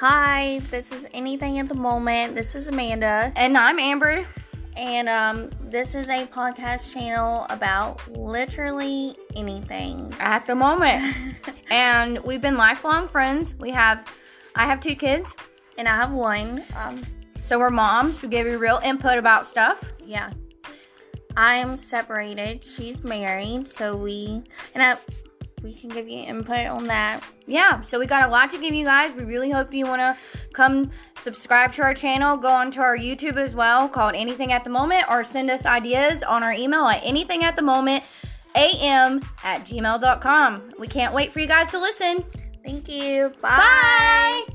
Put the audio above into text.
Hi, this is Anything at the Moment. This is Amanda, And I'm Amber. and um, this is a podcast channel about literally anything. At the moment. and we've been lifelong friends. We have, I have two kids. And I have one. Um, So we're moms. We give you real input about stuff. yeah, I'm separated. She's married, so we and I we can give you input on that. Yeah. So we got a lot to give you guys. We really hope you want to come subscribe to our channel. Go onto our YouTube as well called Anything at the Moment or send us ideas on our email at anything at the moment am at gmail.com. We can't wait for you guys to listen. Thank you. Bye.